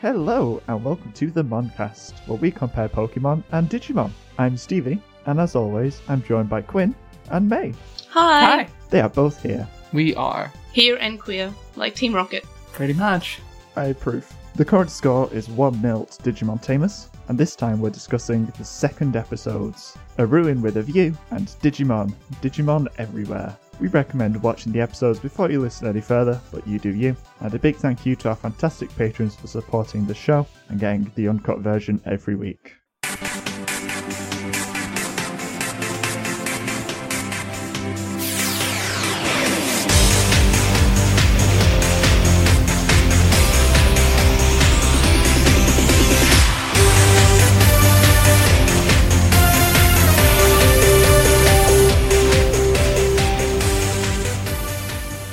Hello, and welcome to the Moncast, where we compare Pokemon and Digimon. I'm Stevie, and as always, I'm joined by Quinn and May. Hi. They are both here. We are. Here and queer, like Team Rocket. Pretty much. I approve. The current score is 1 0 to Digimon Tamers, and this time we're discussing the second episodes A Ruin with a View and Digimon, Digimon Everywhere. We recommend watching the episodes before you listen any further, but you do you. And a big thank you to our fantastic patrons for supporting the show and getting the uncut version every week.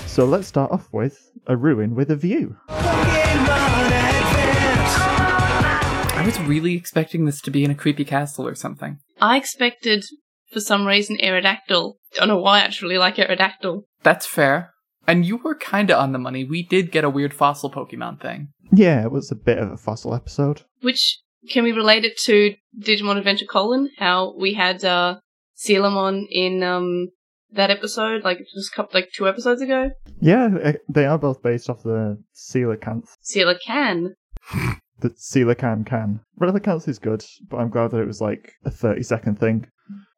So let's start off with A Ruin with a View. I was really expecting this to be in a creepy castle or something. I expected, for some reason, Aerodactyl. Don't know why I actually like Aerodactyl. That's fair. And you were kinda on the money. We did get a weird fossil Pokemon thing. Yeah, it was a bit of a fossil episode. Which, can we relate it to Digimon Adventure Colon? How we had, uh, Sealamon in, um, that episode, like, just couple, like two episodes ago? Yeah, eh, they are both based off the Coelacanth. Sealacan. The Coelacan can. Relicanth is good, but I'm glad that it was like a 30 second thing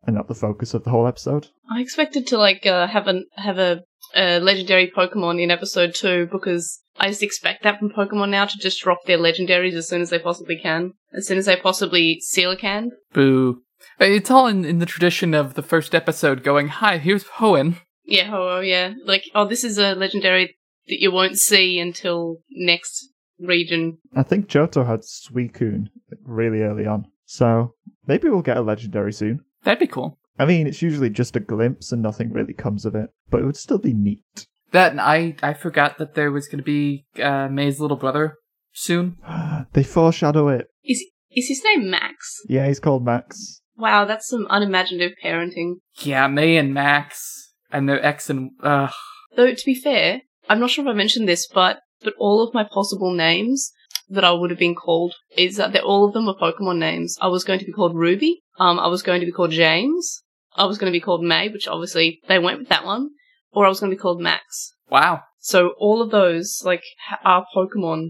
and not the focus of the whole episode. I expected to, like, uh, have an, have a, a legendary Pokemon in episode two because I just expect that from Pokemon now to just drop their legendaries as soon as they possibly can. As soon as they possibly Sealacan. Boo. It's all in, in the tradition of the first episode going, Hi, here's Hoenn. Yeah, oh, oh, yeah. Like, oh, this is a legendary that you won't see until next region. I think Johto had Suicune like, really early on, so maybe we'll get a legendary soon. That'd be cool. I mean, it's usually just a glimpse and nothing really comes of it, but it would still be neat. That and I I forgot that there was gonna be uh, May's little brother soon. They foreshadow it. Is is his name Max? Yeah, he's called Max. Wow, that's some unimaginative parenting. Yeah, May and Max and their ex and uh Though to be fair, I'm not sure if I mentioned this, but but all of my possible names that I would have been called is that they're, all of them are Pokemon names. I was going to be called Ruby. Um, I was going to be called James. I was going to be called May, which obviously they went with that one. Or I was going to be called Max. wow. So all of those like ha- are Pokemon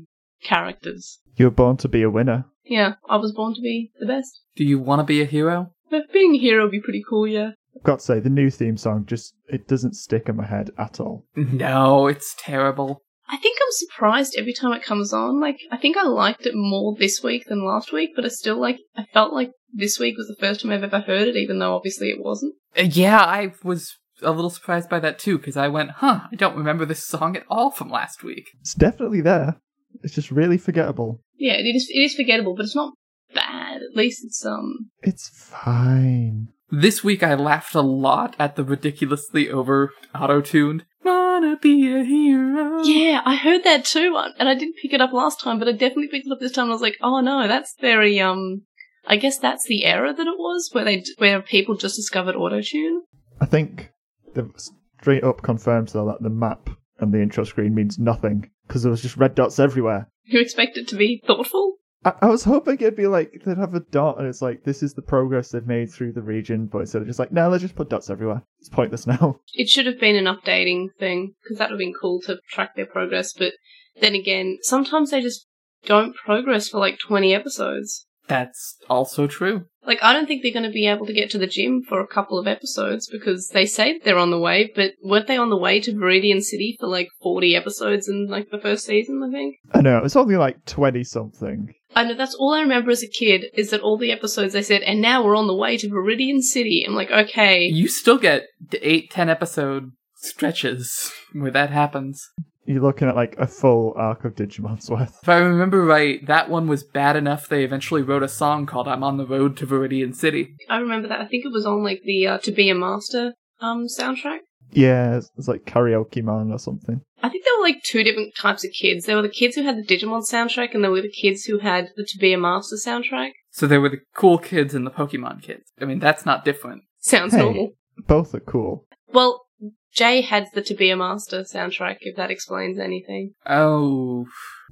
characters. You were born to be a winner. Yeah, I was born to be the best. Do you wanna be a hero? But being a hero would be pretty cool, yeah. I've got to say, the new theme song just it doesn't stick in my head at all. No, it's terrible. I think I'm surprised every time it comes on. Like, I think I liked it more this week than last week, but I still like, I felt like this week was the first time I've ever heard it, even though obviously it wasn't. Uh, Yeah, I was a little surprised by that too, because I went, huh, I don't remember this song at all from last week. It's definitely there. It's just really forgettable. Yeah, it is, it is forgettable, but it's not bad. At least it's, um, It's fine. This week I laughed a lot at the ridiculously over auto tuned. Wanna be a hero. yeah, I heard that too, uh, and I didn't pick it up last time, but I definitely picked it up this time. And I was like, oh no, that's very, um, I guess that's the era that it was where they, where people just discovered autotune. I think they've straight up confirmed though that the map and the intro screen means nothing because there was just red dots everywhere. You expect it to be thoughtful? I, I was hoping it'd be like they'd have a dot and it's like this is the progress they've made through the region, but instead they're just like, no, let's just put dots everywhere. It's pointless now. it should have been an updating thing because that would have been cool to track their progress. But then again, sometimes they just don't progress for like 20 episodes. That's also true. Like, I don't think they're going to be able to get to the gym for a couple of episodes because they say that they're on the way, but weren't they on the way to Viridian City for like 40 episodes in like the first season, I think? I know it's only like twenty something. I know that's all I remember as a kid is that all the episodes they said, and now we're on the way to Viridian City. I'm like, okay. You still get d- eight, ten episode stretches where that happens. You're looking at like a full arc of Digimon's worth. If I remember right, that one was bad enough they eventually wrote a song called I'm on the Road to Viridian City. I remember that. I think it was on like the uh, To Be a Master um soundtrack. Yeah, it's, it's like karaoke man or something. I think there were like two different types of kids. There were the kids who had the Digimon soundtrack, and there were the kids who had the To Be a Master soundtrack. So they were the cool kids and the Pokemon kids. I mean, that's not different. Sounds Hey. normal. Both are cool. Well, Jay had the To Be a Master soundtrack, if that explains anything. Oh,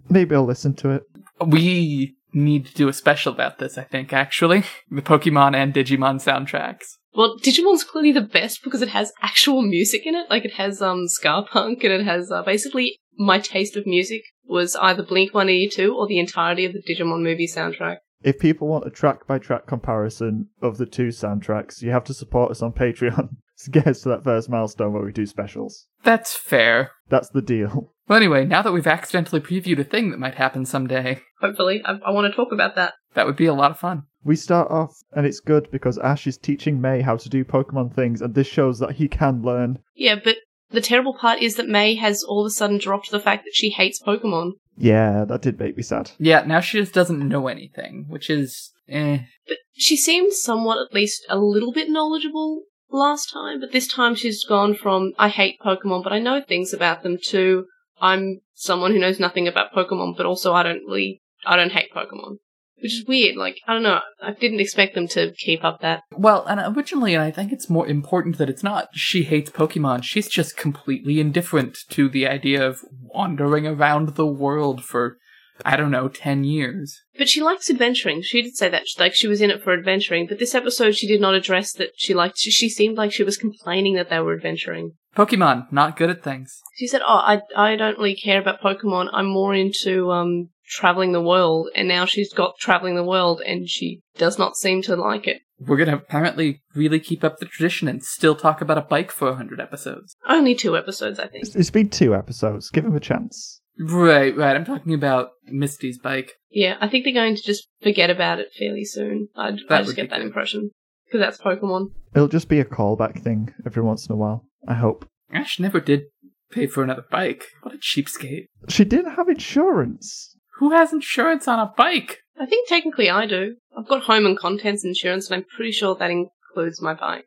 Maybe I'll listen to it. We need to do a special about this, I think, actually. The Pokemon and Digimon soundtracks. Well, Digimon's clearly the best because it has actual music in it. Like it has um ska punk and it has uh, basically my taste of music was either Blink 182 or the entirety of the Digimon movie soundtrack. If people want a track by track comparison of the two soundtracks, you have to support us on Patreon to get us to that first milestone where we do specials. That's fair. That's the deal. Well, anyway, now that we've accidentally previewed a thing that might happen someday, Hopefully, I, I want to talk about that. that would be a lot of fun. We start off, and it's good because Ash is teaching May how to do Pokemon things, and this shows that he can learn. Yeah, but the terrible part is that May has all of a sudden dropped the fact that she hates Pokemon. Yeah, that did make me sad. Yeah, now she just doesn't know anything, which is eh. But she seemed somewhat, at least a little bit knowledgeable last time, but this time she's gone from I hate Pokemon, but I know things about them to I'm someone who knows nothing about Pokemon, but also I don't really, I don't hate Pokemon. Which is weird, like, I don't know, I didn't expect them to keep up that. Well, and originally, and I think it's more important that it's not she hates Pokemon. She's just completely indifferent to the idea of wandering around the world for, I don't know, 10 years. But she likes adventuring. She did say that, like, she was in it for adventuring, but this episode she did not address that she liked, she- she seemed like she was complaining that they were adventuring. Pokemon, not good at things. She said, "Oh, I I don't really care about Pokemon. I'm more into um traveling the world." And now she's got traveling the world, and she does not seem to like it. We're gonna apparently really keep up the tradition and still talk about a bike for 100 episodes. Only two episodes, I think. It's- It's been two episodes. Give him a chance. Right, right. I'm talking about Misty's bike. Yeah, I think they're going to just forget about it fairly soon. I, I That just would get be that good. impression because that's Pokemon. It'll just be a callback thing every once in a while, I hope. Ash never did pay for another bike. What a cheapskate. She didn't have insurance. Who has insurance on a bike? I think technically I do. I've got home and contents insurance, and I'm pretty sure that includes my bike.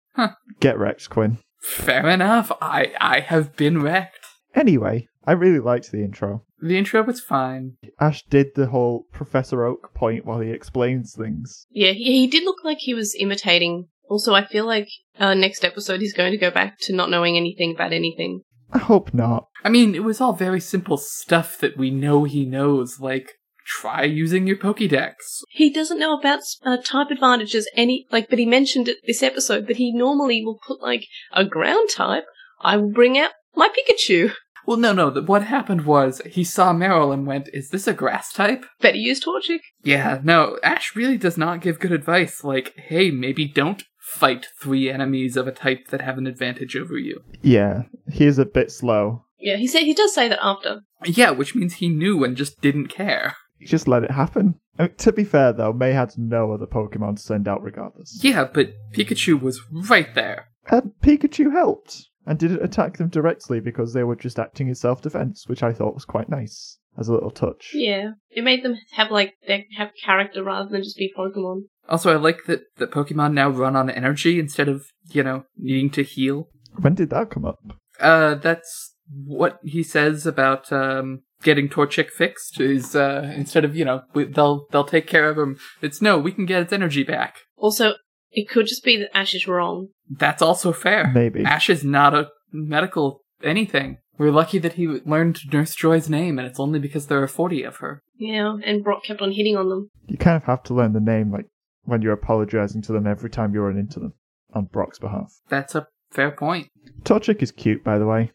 Get wrecked, Quinn. Fair enough. I I have been wrecked. Anyway, I really liked the intro. The intro was fine. Ash did the whole Professor Oak point while he explains things. Yeah, he, he did look like he was imitating. Also, I feel like uh, next episode he's going to go back to not knowing anything about anything. I hope not. I mean, it was all very simple stuff that we know he knows, like try using your Pokédex. He doesn't know about uh, type advantages any like, but he mentioned it this episode that he normally will put like a ground type. I will bring out my Pikachu. Well, no, no. th- What happened was he saw Meryl and went, "Is this a grass type?" Better use Torchic. Yeah, no. Ash really does not give good advice. Like, hey, maybe don't fight three enemies of a type that have an advantage over you. Yeah, he is a bit slow. Yeah, he said he does say that after. Yeah, which means he knew and just didn't care. He just let it happen. I mean, to be fair, though, May had no other Pokemon to send out regardless. Yeah, but Pikachu was right there. And Pikachu helped and didn't attack them directly because they were just acting in self defense, which I thought was quite nice as a little touch. Yeah, it made them have like they have character rather than just be Pokemon. Also, I like that the Pokemon now run on energy instead of, you know, needing to heal. When did that come up? Uh, that's what he says about um getting Torchic fixed. Is uh instead of you know we, they'll they'll take care of him. It's no, we can get its energy back. Also, it could just be that Ash is wrong. That's also fair. Maybe. Ash is not a medical anything. We're lucky that he learned Nurse Joy's name, and it's only because there are forty of her. Yeah, and Brock kept on hitting on them. You kind of have to learn the name, like, when you're apologizing to them every time you run into them on Brock's behalf. That's a fair point. Torchic is cute, by the way.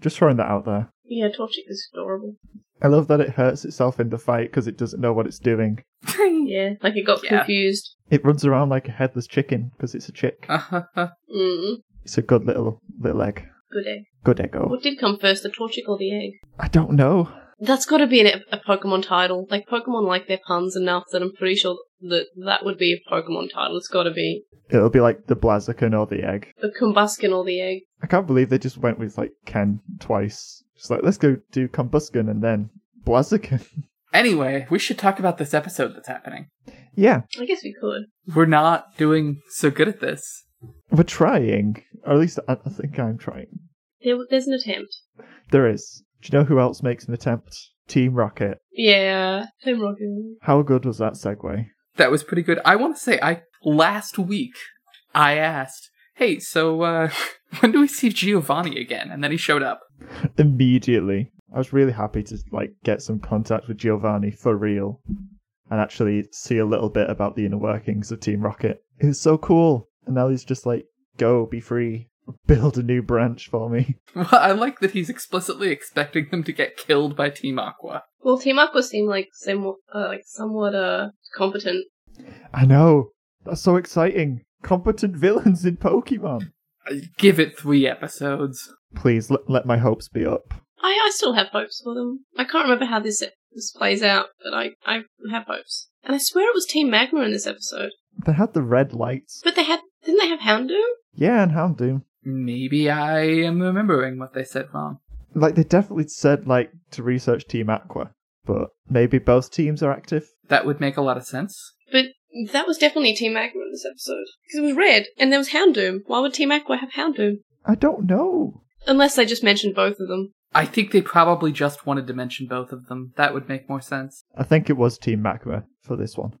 Just throwing that out there. Yeah, Torchic is adorable. I love that it hurts itself in the fight because it doesn't know what it's doing. Yeah, like it got Yeah. confused. It runs around like a headless chicken because it's a chick. Uh-huh. Mm, It's a good little little egg. good egg. Good ego. What did come first, the Torchic or the egg? I don't know. That's got to be an, a Pokemon title. Like Pokemon like their puns enough that I'm pretty sure that that would be a Pokemon title. It's got to be It'll be like the Blaziken or the egg. the Combuskin or the egg. I can't believe they just went with like Ken twice. Just like let's go do Combuskin and then Blaziken. Anyway, we should talk about this episode that's happening. yeah, I guess we could. We're not doing so good at this. we're trying. Or at least I I think I'm trying. There, there's an attempt. There is. Do you know who else makes an attempt? Team Rocket. Yeah, Team Rocket. How good was that segue? That was pretty good. I want to say I last week I asked, "Hey, so uh when do we see Giovanni again?" And then he showed up. Immediately. I was really happy to like get some contact with Giovanni for real, and actually see a little bit about the inner workings of Team Rocket. It was so cool, and now he's just like, "Go, be free, build a new branch for me." Well, I like that he's explicitly expecting them to get killed by Team Aqua. Well, Team Aqua seem like somewhat, uh, like somewhat uh, competent. I know that's so exciting. Competent villains in Pokemon. I Give it three episodes. Please let, let my hopes be up. I, I still have hopes for them. I can't remember how this this plays out, but I, I have hopes. And I swear it was Team Magma in this episode. They had the red lights. But they had didn't they have Houndoom? Yeah, and Houndoom. Maybe I am remembering what they said wrong. Like they definitely said like to research Team Aqua, but maybe both teams are active. That would make a lot of sense. But that was definitely Team Magma in this episode because it was red and there was Houndoom. Why would Team Aqua have Houndoom? I don't know. Unless they just mentioned both of them. I think they probably just wanted to mention both of them. That would make more sense. I think it was Team Magma for this one,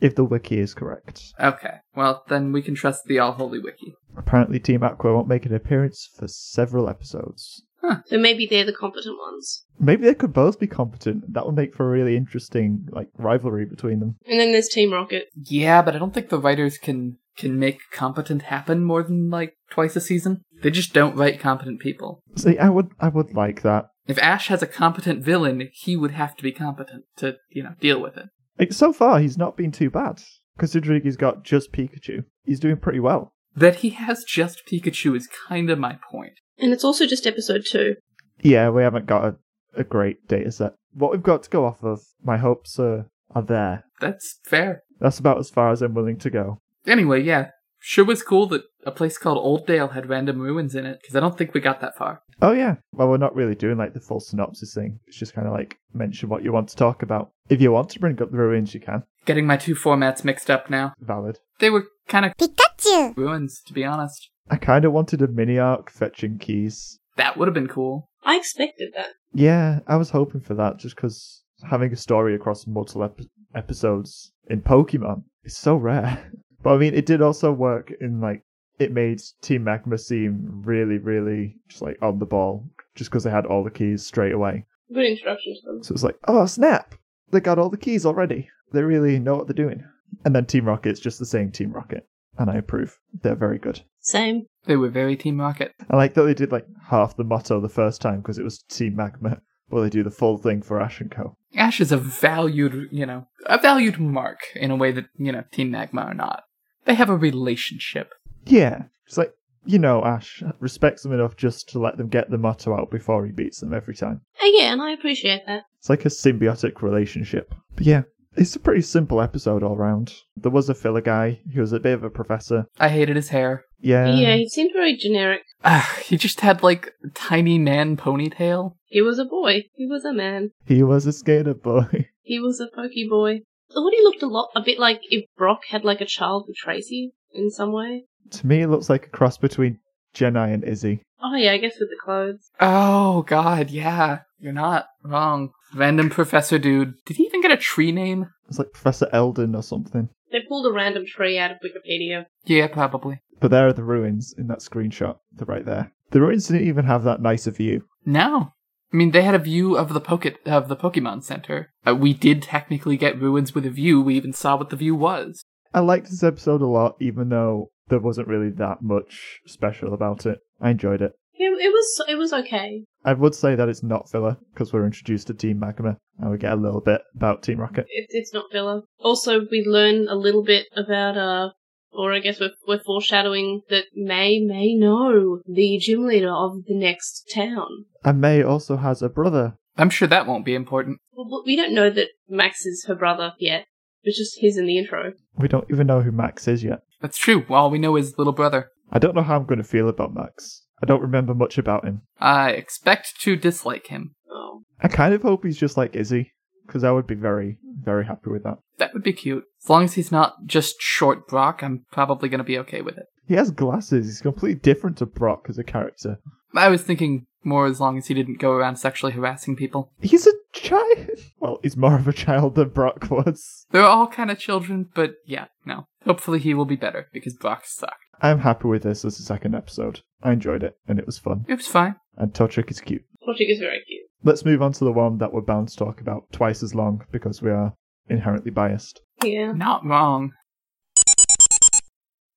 if the wiki is correct. Okay, well, then we can trust the All Holy Wiki. Apparently, Team Aqua won't make an appearance for several episodes. So maybe they're the competent ones. Maybe they could both be competent. That would make for a really interesting like rivalry between them. And then there's Team Rocket. Yeah, but I don't think the writers can can make competent happen more than like twice a season. They just don't write competent people. See, I would I would like that. If Ash has a competent villain, he would have to be competent to, you know, deal with it. Like, so far, he's not been too bad. Considering he's got just Pikachu, he's doing pretty well. That he has just Pikachu is kind of my point. And it's also just episode two. Yeah, we haven't got a, a great data set. What we've got to go off of, my hopes are, are there. That's fair. That's about as far as I'm willing to go. Anyway, yeah. Sure was cool that a place called Old Dale had random ruins in it, because I don't think we got that far. Oh yeah. Well, we're not really doing like the full synopsis thing. It's just kind of like mention what you want to talk about. If you want to bring up the ruins, you can. Getting my two formats mixed up now. Valid. They were kind of ピカチュウ ruins, to be honest. I kind of wanted a mini arc fetching keys. That would have been cool. I expected that. Yeah, I was hoping for that just because having a story across multiple ep- episodes in Pokemon is so rare. But I mean, it did also work in like it made Team Magma seem really, really just like on the ball just because they had all the keys straight away. Good introduction to them. So it's like, oh snap, they got all the keys already. They really know what they're doing. And then Team Rocket's just the same Team Rocket, and I approve. They're very good. Same. They were very Team Rocket. I like that they did like half the motto the first time because it was Team Magma, but they do the full thing for Ash and Co. Ash is a valued, you know, a valued mark in a way that, you know, Team Magma are not. They have a relationship. Yeah, it's like you know Ash respects them enough just to let them get the motto out before he beats them every time. Uh, yeah, and I appreciate that. It's like a symbiotic relationship. But yeah, it's a pretty simple episode all round. There was a filler guy who was a bit of a professor. I hated his hair. Yeah, yeah, he seemed very generic. Ah, he just had like tiny man ponytail. He was a boy. He was a man. he was a skater boy. He was a pokey boy. I thought he looked a lot, a bit like if Brock had like a child with Tracy in some way. to me, it looks like a cross between Jedi and Izzy. Oh yeah, I guess with the clothes. Oh god, yeah. You're not wrong. Random professor dude. Did he even get a tree name? It's like Professor Eldon or something. They pulled a random tree out of Wikipedia. Yeah, probably. But there are the ruins in that screenshot. They're right there. The ruins didn't even have that nice a view. No. I mean, they had a view of the Pocket of the Pokemon Center. Uh, we did technically get ruins with a view. We even saw what the view was. I liked this episode a lot, even though there wasn't really that much special about it. I enjoyed it. It, it was it was okay. I would say that it's not filler because we're introduced to Team Magma and we get a little bit about Team Rocket. It, it's not filler. Also, we learn a little bit about uh, or I guess we're we're foreshadowing that May may know the gym leader of the next town. And May also has a brother. I'm sure that won't be important. Well, but we don't know that Max is her brother yet. It's just his in the intro. We don't even know who Max is yet. That's true. All we know is little brother. I don't know how I'm going to feel about Max. I don't remember much about him. I expect to dislike him. Oh, I kind of hope he's just like Izzy because I would be very, very happy with that. That would be cute. As long as he's not just short Brock, I'm probably going to be okay with it. He has glasses. He's completely different to Brock as a character. I was thinking more as long as he didn't go around sexually harassing people. He's a child. Well, he's more of a child than Brock was. They're all kind of children, but yeah, no. Hopefully he will be better because Brock sucked. I'm happy with this as a second episode. I enjoyed it and it was fun. It was fine. And Totrick is cute. Torchic is very cute. Let's move on to the one that we're bound to talk about twice as long because we are inherently biased. Yeah. Not wrong.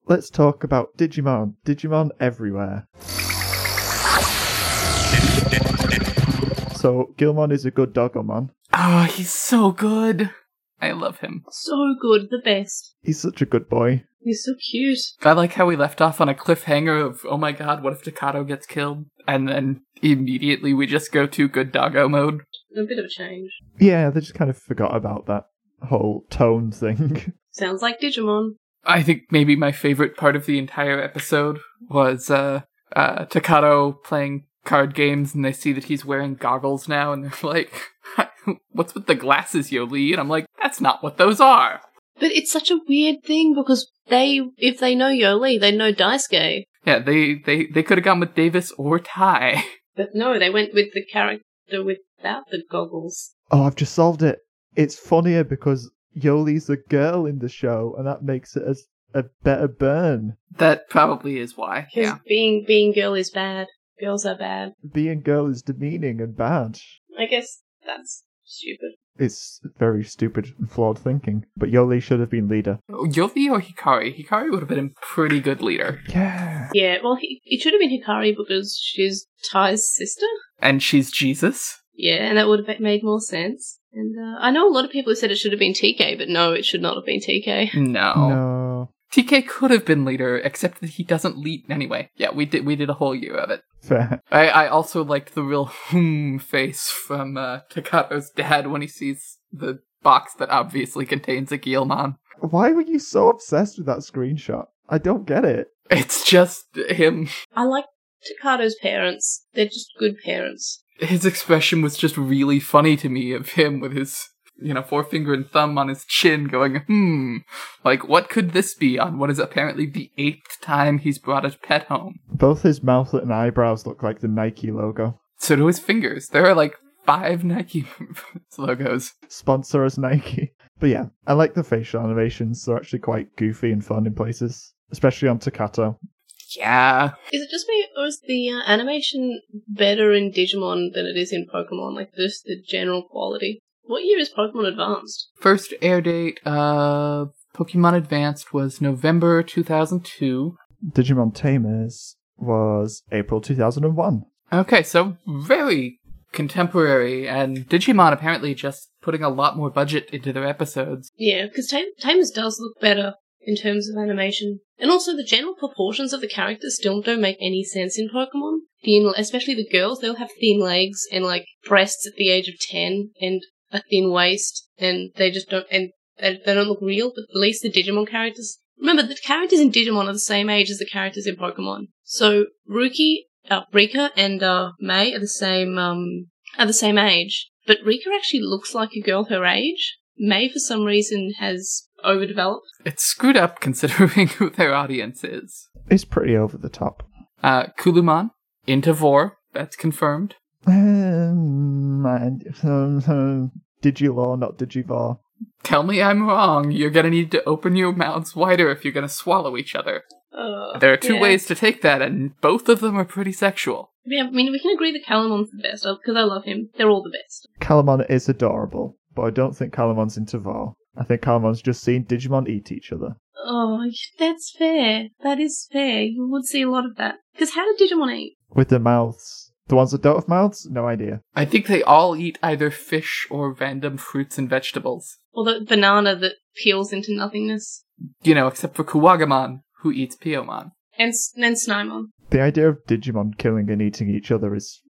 Let's talk about Digimon. Digimon everywhere. So, Gilmon is a good doggomon. Oh, he's so good. I love him. So good. The best. He's such a good boy. He's so cute. I like how we left off on a cliffhanger of, oh my god, what if Takato gets killed? And then immediately we just go to good doggo mode. A bit of a change. Yeah, they just kind of forgot about that whole tone thing. Sounds like Digimon. I think maybe my favorite part of the entire episode was uh, uh, Takato playing card games and they see that he's wearing goggles now and they're like, what's with the glasses, Yoli? And I'm like, that's not what those are. But it's such a weird thing because they, if they know Yoli, they know Daisuke. Yeah, they, they, they could have gone with Davis or Ty. But no, they went with the character without the goggles. oh, I've just solved it. It's funnier because Yoli's a girl in the show, and that makes it as a better burn. That probably is why. Because Yeah. being being girl is bad. Girls are bad. Being girl is demeaning and bad. I guess that's stupid. It's very stupid and flawed thinking. But Yoli should have been leader. Yoli or Hikari? Hikari would have been a pretty good leader. Yeah. Yeah, well, he, it should have been Hikari because she's Ty's sister. And she's Jesus. Yeah, and that would have made more sense. And uh, I know a lot of people have said it should have been TK, but no, it should not have been TK. No. No. TK could have been leader, except that he doesn't lead anyway. Yeah, we did we did a whole year of it. Fair. I, I also liked the real hmm face from uh, Takato's dad when he sees the box that obviously contains a Gilmon. Why were you so obsessed with that screenshot? I don't get it. It's just him. I like Takato's parents. They're just good parents. His expression was just really funny to me of him with his you know forefinger and thumb on his chin going hmm like what could this be on what is apparently the eighth time he's brought a pet home Both his mouth and eyebrows look like the Nike logo. so do his fingers there are like five nike logos Sponsor us, Nike. But yeah, I like the facial animations. They're actually quite goofy and fun in places, especially on Takato. Yeah. Is it just me, or is the uh, animation better in Digimon than it is in Pokemon? Like, just the general quality. What year is Pokemon Advanced? First air date of Pokemon Advanced was November 2002. Digimon Tamers was April 2001. Okay, so very contemporary, and Digimon apparently just putting a lot more budget into their episodes. Yeah, because Tam- Tamers does look better in terms of animation. And also, the general proportions of the characters still don't make any sense in Pokemon. Thin, especially the girls, they'll have thin legs and, like, breasts at the age of 10 and a thin waist, and they just don't, and they, they don't look real, but at least the Digimon characters. Remember, the characters in Digimon are the same age as the characters in Pokemon. So, Ruki, uh, Rika and, uh, May are the same, um, are the same age. But Rika actually looks like a girl her age. May, for some reason, has overdeveloped. It's screwed up considering who their audience is. It's pretty over the top. Uh, Kuluman, Intavor, that's confirmed. Um, and, um, um, Digilore, not Digivore. Tell me I'm wrong. You're gonna need to open your mouths wider if you're gonna swallow each other. Uh, There are two yeah. ways to take that, and both of them are pretty sexual. Yeah, I mean, we can agree that Calamon's the best because I love him. They're all the best. Calamon is adorable, but I don't think Calamon's into Var. I think Calamon's just seen Digimon eat each other. Oh, that's fair. That is fair. You would see a lot of that. Because how did Digimon eat? With their mouths. The ones that don't have mouths? No idea. I think they all eat either fish or random fruits and vegetables. Or the banana that peels into nothingness. You know, except for Kuwagamon, who eats Piomon. And, S- and Snymon. The idea of Digimon killing and eating each other is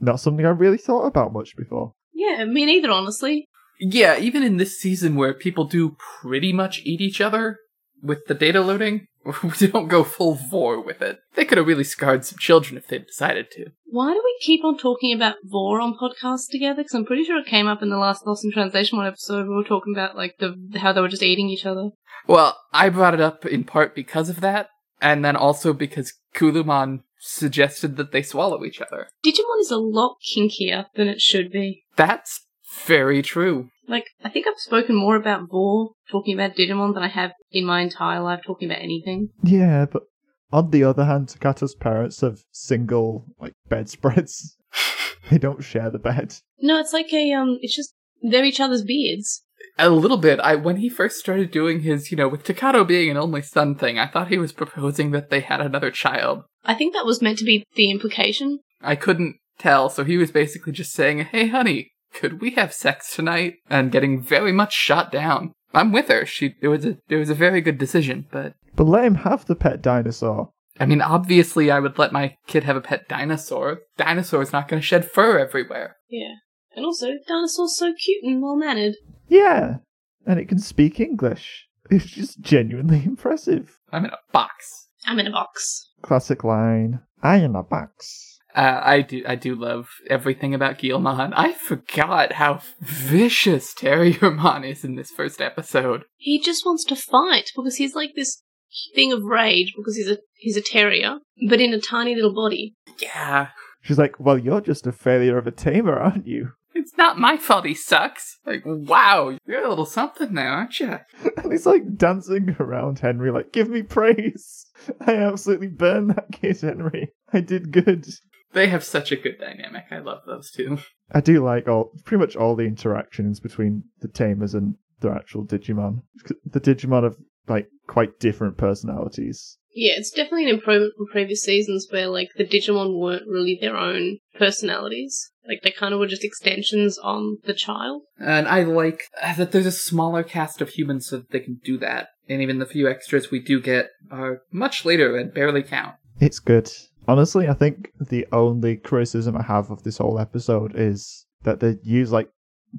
not something I really thought about much before. Yeah, me neither, honestly. Yeah, even in this season where people do pretty much eat each other with the data loading, we don't go full vor with it. They could have really scarred some children if they'd decided to. Why do we keep on talking about Vor on podcasts together? Because I'm pretty sure it came up in the last Lost in Translation one episode. We were talking about like the how they were just eating each other. Well, I brought it up in part because of that, and then also because Kuluman suggested that they swallow each other. Digimon is a lot kinkier than it should be. That's very true. Like, I think I've spoken more about Vor talking about Digimon than I have in my entire life talking about anything. Yeah, but on the other hand, Takato's parents have single, like, bedspreads. They don't share the bed. No, it's like a um. It's just they're each other's beards. A little bit. I when he first started doing his, you know, with Takato being an only son thing, I thought he was proposing that they had another child. I think that was meant to be the implication. I couldn't tell, so he was basically just saying, "Hey, honey, could we have sex tonight?" and getting very much shot down. I'm with her. She it was a it was a very good decision, but But let him have the pet dinosaur. I mean, obviously, I would let my kid have a pet dinosaur. Dinosaur's not going to shed fur everywhere. Yeah, and also dinosaurs so cute and well mannered. Yeah, and it can speak English. It's just genuinely impressive. I'm in a box. I'm in a box. Classic line. I am a box. Uh, I do, I do love everything about Gilman. I forgot how vicious Terry Herman is in this first episode. He just wants to fight because he's like this thing of rage because he's a he's a terrier, but in a tiny little body. Yeah, She's like, well, you're just a failure of a tamer, aren't you? it's not my fault he sucks. Like, wow, you're a little something there, aren't you? And he's like dancing around Henry, like, give me praise. I absolutely burned that kid, Henry. I did good. They have such a good dynamic. I love those two. I do like all pretty much all the interactions between the tamers and their actual Digimon. The Digimon have like quite different personalities. Yeah, it's definitely an improvement from previous seasons where like the Digimon weren't really their own personalities. Like they kind of were just extensions on the child. And I like uh, that there's a smaller cast of humans so that they can do that. And even the few extras we do get are much later and barely count. It's good. Honestly, I think the only criticism I have of this whole episode is that they use like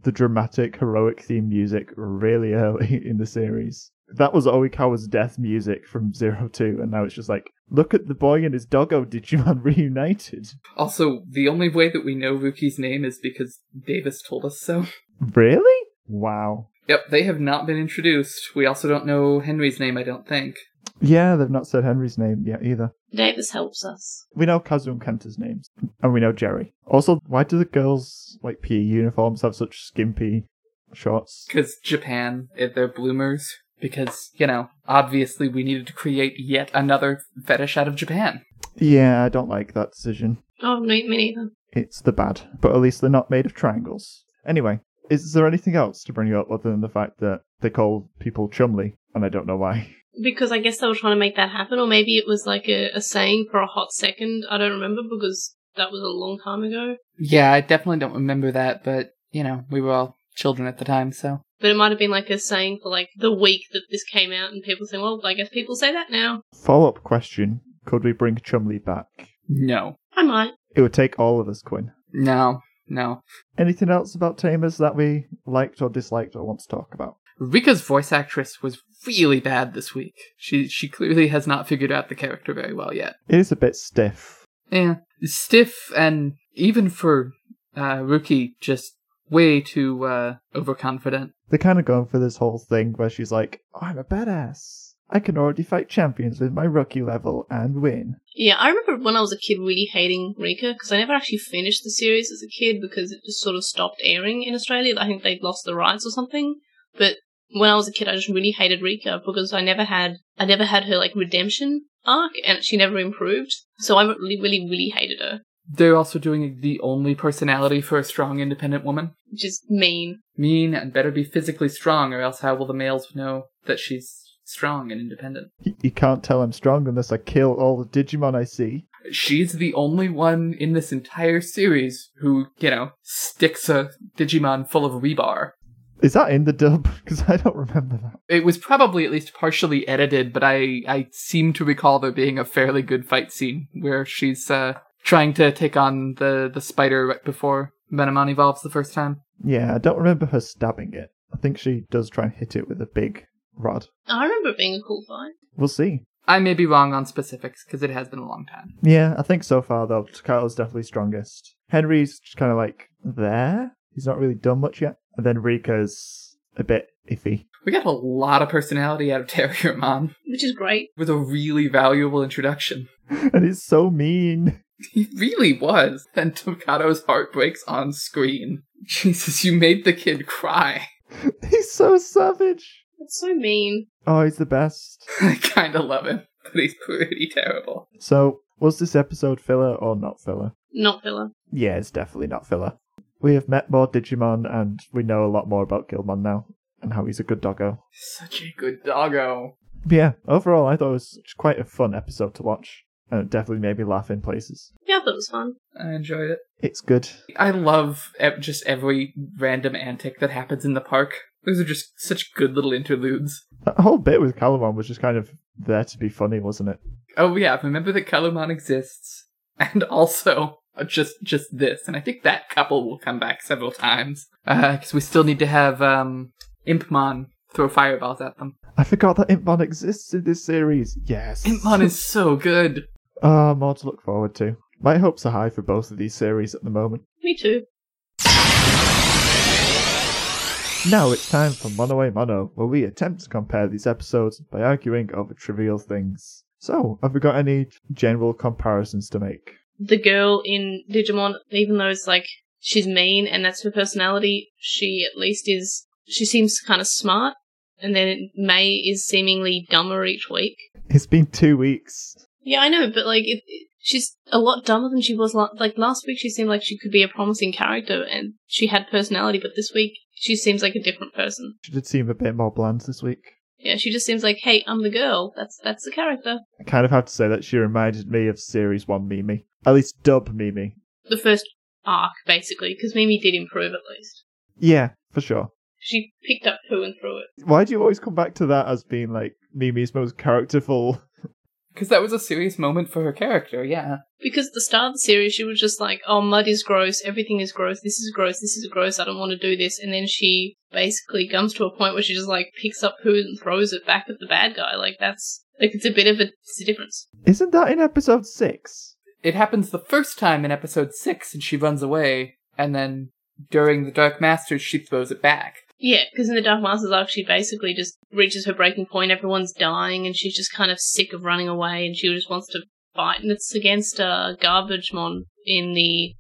the dramatic heroic theme music really early in the series. That was Oikawa's death music from Zero Two, and now it's just like, look at the boy and his doggo Digimon reunited. Also, the only way that we know Ruki's name is because Davis told us so. Really? Wow. Yep, they have not been introduced. We also don't know Henry's name, I don't think. Yeah, they've not said Henry's name yet either. Davis helps us. We know Kazu and Kenta's names, and we know Jerry. Also, why do the girls' like PE uniforms have such skimpy shorts? Because Japan, eh, they're bloomers. Because, you know, obviously we needed to create yet another fetish out of Japan. Yeah, I don't like that decision. Oh, no, me neither. It's the bad, but at least they're not made of triangles. Anyway, is there anything else to bring up other than the fact that they call people Chumley, and I don't know why? Because I guess they were trying to make that happen, or maybe it was like a, a saying for a hot second. I don't remember because that was a long time ago. Yeah, I definitely don't remember that, but, you know, we were all children at the time, so. But it might have been like a saying for like the week that this came out, and people saying, well, I guess people say that now. Follow up question Could we bring Chumley back? No. I might. It would take all of us, Quinn. No, no. Anything else about Tamers that we liked or disliked or want to talk about? Rika's voice actress was really bad this week. She she clearly has not figured out the character very well yet. It is a bit stiff. Yeah, stiff and even for uh, Ruki, just way too uh, overconfident. They're kind of going for this whole thing where she's like, I'm a badass. I can already fight champions with my rookie level and win. Yeah, I remember when I was a kid really hating Rika because I never actually finished the series as a kid because it just sort of stopped airing in Australia. I think they'd lost the rights or something. But when I was a kid, I just really hated Rika because I never had I never had her like redemption arc, and she never improved. So I really, really, really hated her, They're also doing the only personality for a strong, independent woman. which is mean. Mean and better be physically strong, or else how will the males know that she's strong and independent? Y- You can't tell I'm strong unless I kill all the Digimon I see. She's the only one in this entire series who, you know, sticks a Digimon full of rebar. Is that in the dub? Because I don't remember that. it was probably at least partially edited, but I I seem to recall there being a fairly good fight scene where she's uh, trying to take on the the spider right before Venomon evolves the first time. Yeah, I don't remember her stabbing it. I think she does try and hit it with a big rod. I remember it being a cool fight. We'll see. I may be wrong on specifics because it has been a long time. Yeah, I think so far though, Takato's definitely strongest. Henry's just kind of like there. He's not really done much yet. And then Rika's a bit iffy. We got a lot of personality out of Terrier Mom Which is great. with a really valuable introduction. and he's so mean. He really was. And Tokato's heart breaks on screen. Jesus, you made the kid cry. He's so savage. That's so mean. Oh, he's the best. I kind of love him, but he's pretty terrible. So, was this episode filler or not filler? Not filler. Yeah, it's definitely not filler. We have met more Digimon and we know a lot more about Gilmon now and how he's a good doggo. Such a good doggo. But yeah, overall, I thought it was quite a fun episode to watch and it definitely made me laugh in places. Yeah, that was fun. I enjoyed it. It's good. I love ev- just every random antic that happens in the park. Those are just such good little interludes. That whole bit with Calamon was just kind of there to be funny, wasn't it? Oh yeah, remember that Calamon exists, and also uh, just just this. And I think that couple will come back several times because we still need to have um, Impmon throw fireballs at them. I forgot that Impmon exists in this series. Yes. Impmon is so good. Ah, more to look forward to. My hopes are high for both of these series at the moment. Me too. Now it's time for Mono a Mono, where we attempt to compare these episodes by arguing over trivial things. So, have we got any general comparisons to make? The girl in Digimon, even though it's like she's mean and that's her personality, she at least is. She seems kind of smart, and then May is seemingly dumber each week. It's been two weeks. Yeah, I know, but like it, it- she's a lot dumber than she was la- like last week. She seemed like she could be a promising character and she had personality, but this week she seems like a different person. She did seem a bit more bland this week. Yeah, she just seems like, hey, I'm the girl. That's that's the character. I kind of have to say that she reminded me of Series 1 Mimi. At least dub Mimi. The first arc, basically, because Mimi did improve at least. Yeah, for sure. She picked up poo and threw it. Why do you always come back to that as being like Mimi's most characterful? Because that was a serious moment for her character, yeah. Because at the start of the series, she was just like, oh, mud is gross, everything is gross, this is gross, this is gross, I don't want to do this. And then she basically comes to a point where she just like picks up poo and throws it back at the bad guy. Like, that's, like, it's a bit of a, it's a difference. Isn't that in episode 6? It happens the first time in episode 6 and she runs away, and then during the Dark Masters, she throws it back. Yeah, because in the Dark Masters arc, she basically just reaches her breaking point. Everyone's dying, and she's just kind of sick of running away, and she just wants to fight. And it's against uh, Garbagemon in the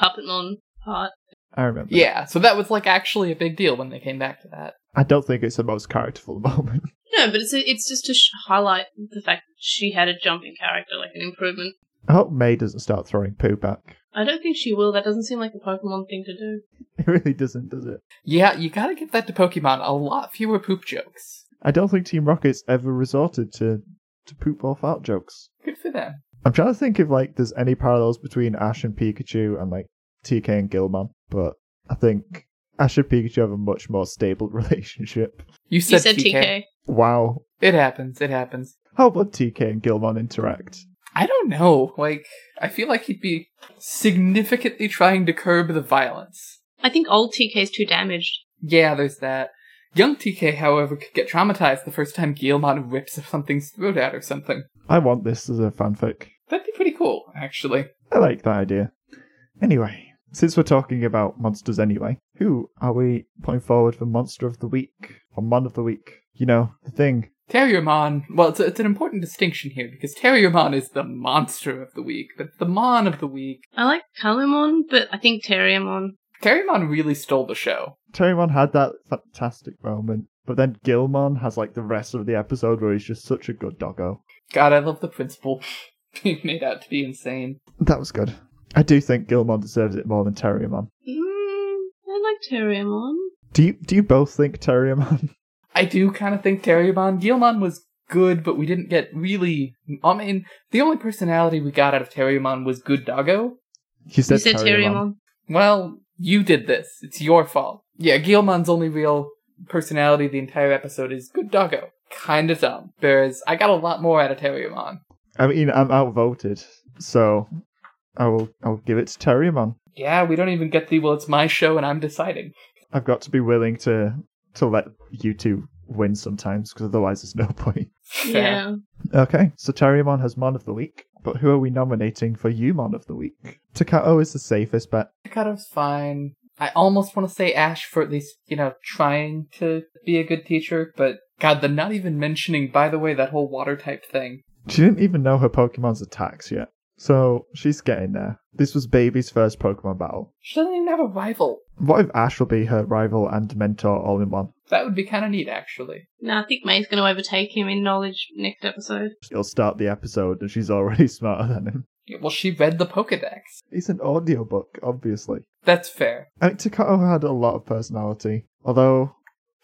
Puppetmon part. I remember. Yeah, so that was like actually a big deal when they came back to that. I don't think it's the most characterful moment. No, but it's it's just to sh- highlight the fact that she had a jump in character, like an improvement. I hope May doesn't start throwing poo back. I don't think she will. That doesn't seem like a Pokemon thing to do. It really doesn't, does it? Yeah, you gotta give that to Pokemon. A lot fewer poop jokes. I don't think Team Rocket's ever resorted to, to poop or fart jokes. Good for them. I'm trying to think if like there's any parallels between Ash and Pikachu and like TK and Gilman, but I think Ash and Pikachu have a much more stable relationship. You You said, said TK. TK. Wow. It happens, it happens. How would TK and Gilman interact? I don't know. Like, I feel like he'd be significantly trying to curb the violence. I think old TK is too damaged. Yeah, there's that. Young TK, however, could get traumatized the first time Guillemot rips something's throat out or something. I want this as a fanfic. That'd be pretty cool, actually. I like that idea. Anyway, since we're talking about monsters anyway, who are we putting forward for monster of the week or mon of the week? You know, the thing. Terriermon, well, it's, it's an important distinction here because Terriermon is the monster of the week, but the Mon of the week, I like Kalumon, but I think Terriamon. Terriermon really stole the show. Terrymon had that fantastic moment, but then Gilmon has like the rest of the episode where he's just such a good doggo. God, I love the principal being made out to be insane. That was good. I do think Gilmon deserves it more than Terriermon. Mm, I like Terriamon. Do you do you both think Terriermon? I do kind of think Terriermon. Guillemon was good, but we didn't get really. I mean, the only personality we got out of Terriermon was Good Doggo. You said, You said Terriamon. Well, you did this. It's your fault. Yeah, Guillemon's only real personality the entire episode is Good Doggo. Kinda dumb. Whereas I got a lot more out of Terriermon. I mean, I'm outvoted, so I will I'll give it to Terriermon. Yeah, we don't even get the, well, it's my show and I'm deciding. I've got to be willing to to let you two win sometimes, because otherwise there's no point. Fair. Yeah. Okay, so Terriermon has Mon of the Week, but who are we nominating for you Mon of the Week? Takato is the safest bet. Picato's fine. I almost want to say Ash for at least, you know, trying to be a good teacher, but God, the not even mentioning, by the way, that whole water type thing. She didn't even know her Pokemon's attacks yet, so she's getting there. This was Baby's first Pokemon battle. She doesn't even have a rival. What if Ash will be her rival and mentor all in one? That would be kind of neat, actually. No, I think May's going to overtake him in knowledge next episode. She'll start the episode and she's already smarter than him. Yeah, well, she read the Pokedex. It's an audiobook, obviously. That's fair. I mean, Takato had a lot of personality, although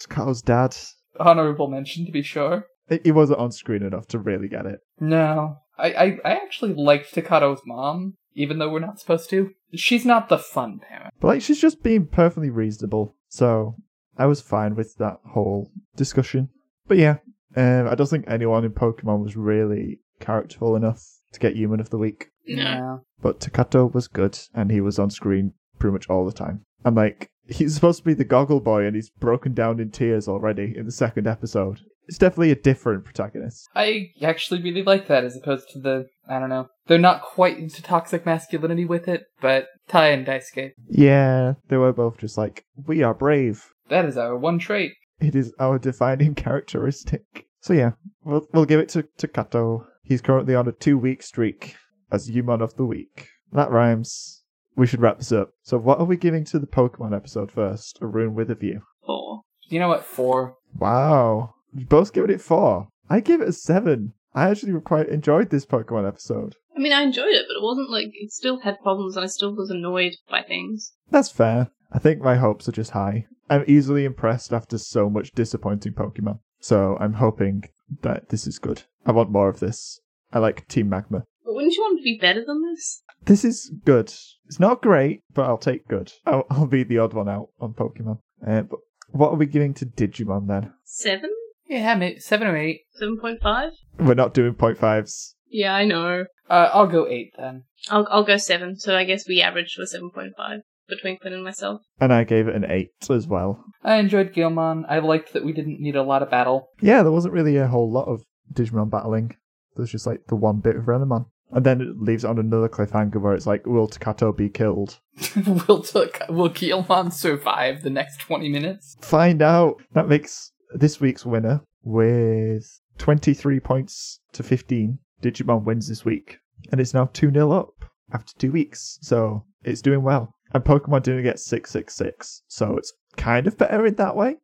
Takato's dad, Honorable mention, to be sure. he- he wasn't on screen enough to really get it. No. I, I, I actually liked Takato's mom, even though we're not supposed to. She's not the fun parent. But like, she's just being perfectly reasonable, so I was fine with that whole discussion. But yeah, um, I don't think anyone in Pokemon was really characterful enough to get Human of the Week. No. But Takato was good, and he was on screen pretty much all the time. And like, he's supposed to be the goggle boy, and he's broken down in tears already in the second episode. It's definitely a different protagonist. I actually really like that as opposed to the, I don't know. They're not quite into toxic masculinity with it, but Tai and Daisuke. Yeah, they were both just like, we are brave. That is our one trait. It is our defining characteristic. So yeah, we'll, we'll give it to, to Kato. He's currently on a two-week streak as Human of the Week. That rhymes. We should wrap this up. So what are we giving to the Pokemon episode first? A Rune with a View. Four. You know what? Four. Wow. We've both given it four. I give it a seven. I actually quite enjoyed this Pokemon episode. I mean, I enjoyed it, but it wasn't like it still had problems, and I still was annoyed by things. That's fair. I think my hopes are just high. I'm easily impressed after so much disappointing Pokemon. So I'm hoping that this is good. I want more of this. I like Team Magma. But wouldn't you want it to be better than this? This is good. It's not great, but I'll take good. I'll, I'll be the odd one out on Pokemon. Uh, but what are we giving to Digimon then? Seven, Yeah, mate, seven or eight. seven point five. We're not doing point fives. Yeah, I know. Uh, I'll go eight then. I'll I'll go seven. So I guess we averaged for seven point five between Quinn and myself. And I gave it an eight as well. I enjoyed Gilmon. I liked that we didn't need a lot of battle. Yeah, there wasn't really a whole lot of Digimon battling. There's just like the one bit of Renamon. And then it leaves it on another cliffhanger where it's like, will Takato be killed? will took will Gilmon survive the next twenty minutes? Find out. That makes this week's winner with 23 points to 15. Digimon wins this week. And it's now 2 0 up after two weeks. So it's doing well. And Pokemon didn't get 666. So it's kind of better in that way.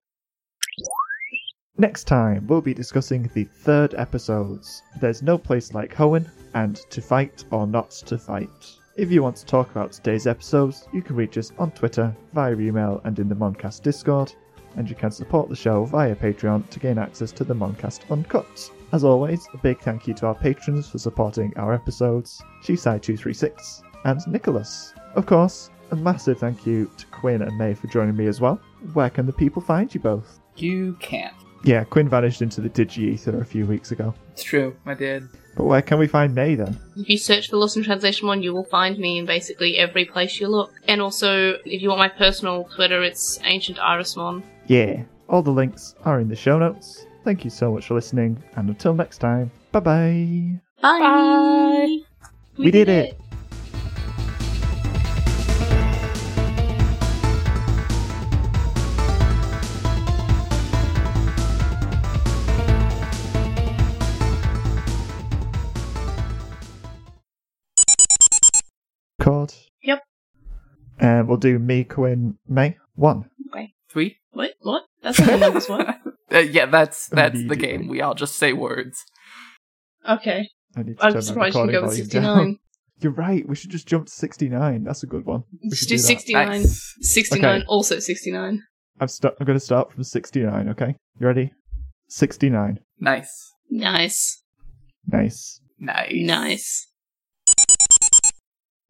Next time, we'll be discussing the third episodes There's No Place Like Hoenn and To Fight or Not to Fight. If you want to talk about today's episodes, you can reach us on Twitter, via email, and in the Moncast Discord, and you can support the show via Patreon to gain access to the Moncast Uncut. As always, a big thank you to our patrons for supporting our episodes, Shisai236 and Nicholas. Of course, a massive thank you to Quinn and May for joining me as well. Where can the people find you both? You can't. Yeah, Quinn vanished into the digi ether a few weeks ago. It's true. I did. But where can we find May then? If you search for Lost in Translation One, you will find me in basically every place you look. And also, if you want my personal Twitter, it's Ancient Irismon. Yeah, all the links are in the show notes. Thank you so much for listening, and until next time, bye bye. Bye. Bye. We did it. Chord. Yep. And we'll do me, Quinn, May. One. Three. What? What? That's not the numbers one. Uh, yeah, that's that's the Immediately. game. We all just say words. Okay. I need to turn I'm that surprised you recording go with volume 69. down. You're right. We should just jump to 69. That's a good one. We Just should do that. 69. Nice. 69, Okay. also 69. I'm, st- I'm going to start from 69, okay? You ready? 69. Nice. Nice. Nice. Nice. Nice.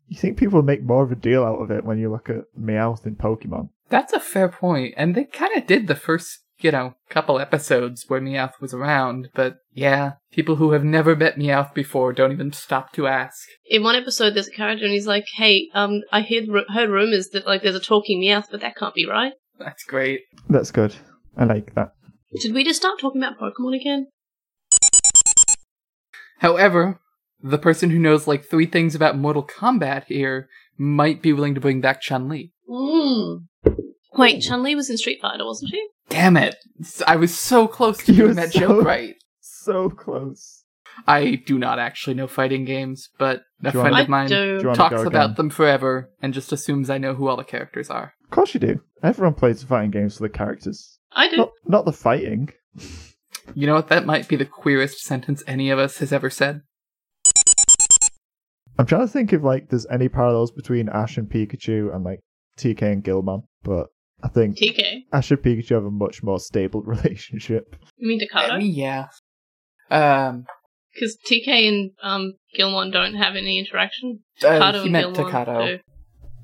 You think people make more of a deal out of it when you look at Meowth in Pokemon? That's a fair point, and they kind of did the first, you know, couple episodes where Meowth was around, but yeah, people who have never met Meowth before don't even stop to ask. In one episode, there's a character and he's like, hey, um, I heard, ru- heard rumors that, like, there's a talking meowth, but that can't be right. That's great. That's good. I like that. Did we just start talking about Pokemon again? However, the person who knows like three things about Mortal Kombat here might be willing to bring back Chun Li. Mm. Hmm. Wait, Chun Li was in Street Fighter, wasn't she? Damn it! S- I was so close to You were getting that so- joke right. So close. I do not actually know fighting games, but a Do you want- friend I of mine Do do. you want to talks go about again? them forever and just assumes I know who all the characters are. Of course you do. Everyone plays the fighting games for the characters. I do. Oh. Not, not the fighting. You know what? That might be the queerest sentence any of us has ever said. I'm trying to think if like there's any parallels between Ash and Pikachu and like TK and Gilman, but I think TK. Ash and Pikachu have a much more stable relationship. You mean I Dakota? mean, yeah. Um, Because TK and um, Gilmon don't have any interaction. uh, Kato he and meant Gilmon Takato, do.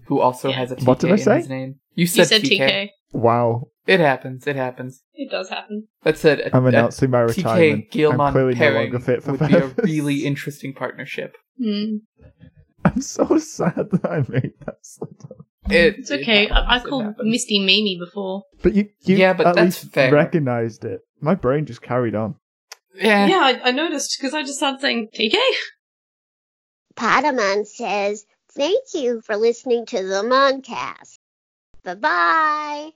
who also Yeah. has a TK What did I in say? his name. You You said, said TK. Wow, It happens. It happens. It does happen. That said, a, I'm a announcing my retirement. TK Gilman I'm clearly no pairing longer fit for would be a purpose. really interesting partnership. Hmm. I'm so sad that I made that. slip up. It, It's it okay. I, I happens, it called happens. Misty Mimi before. But you, you Yeah, but at that's least fair. recognized it. My brain just carried on. Yeah. Yeah, I, I noticed because I just started saying TK. Potamon says, Thank you for listening to the Moncast. Bye bye.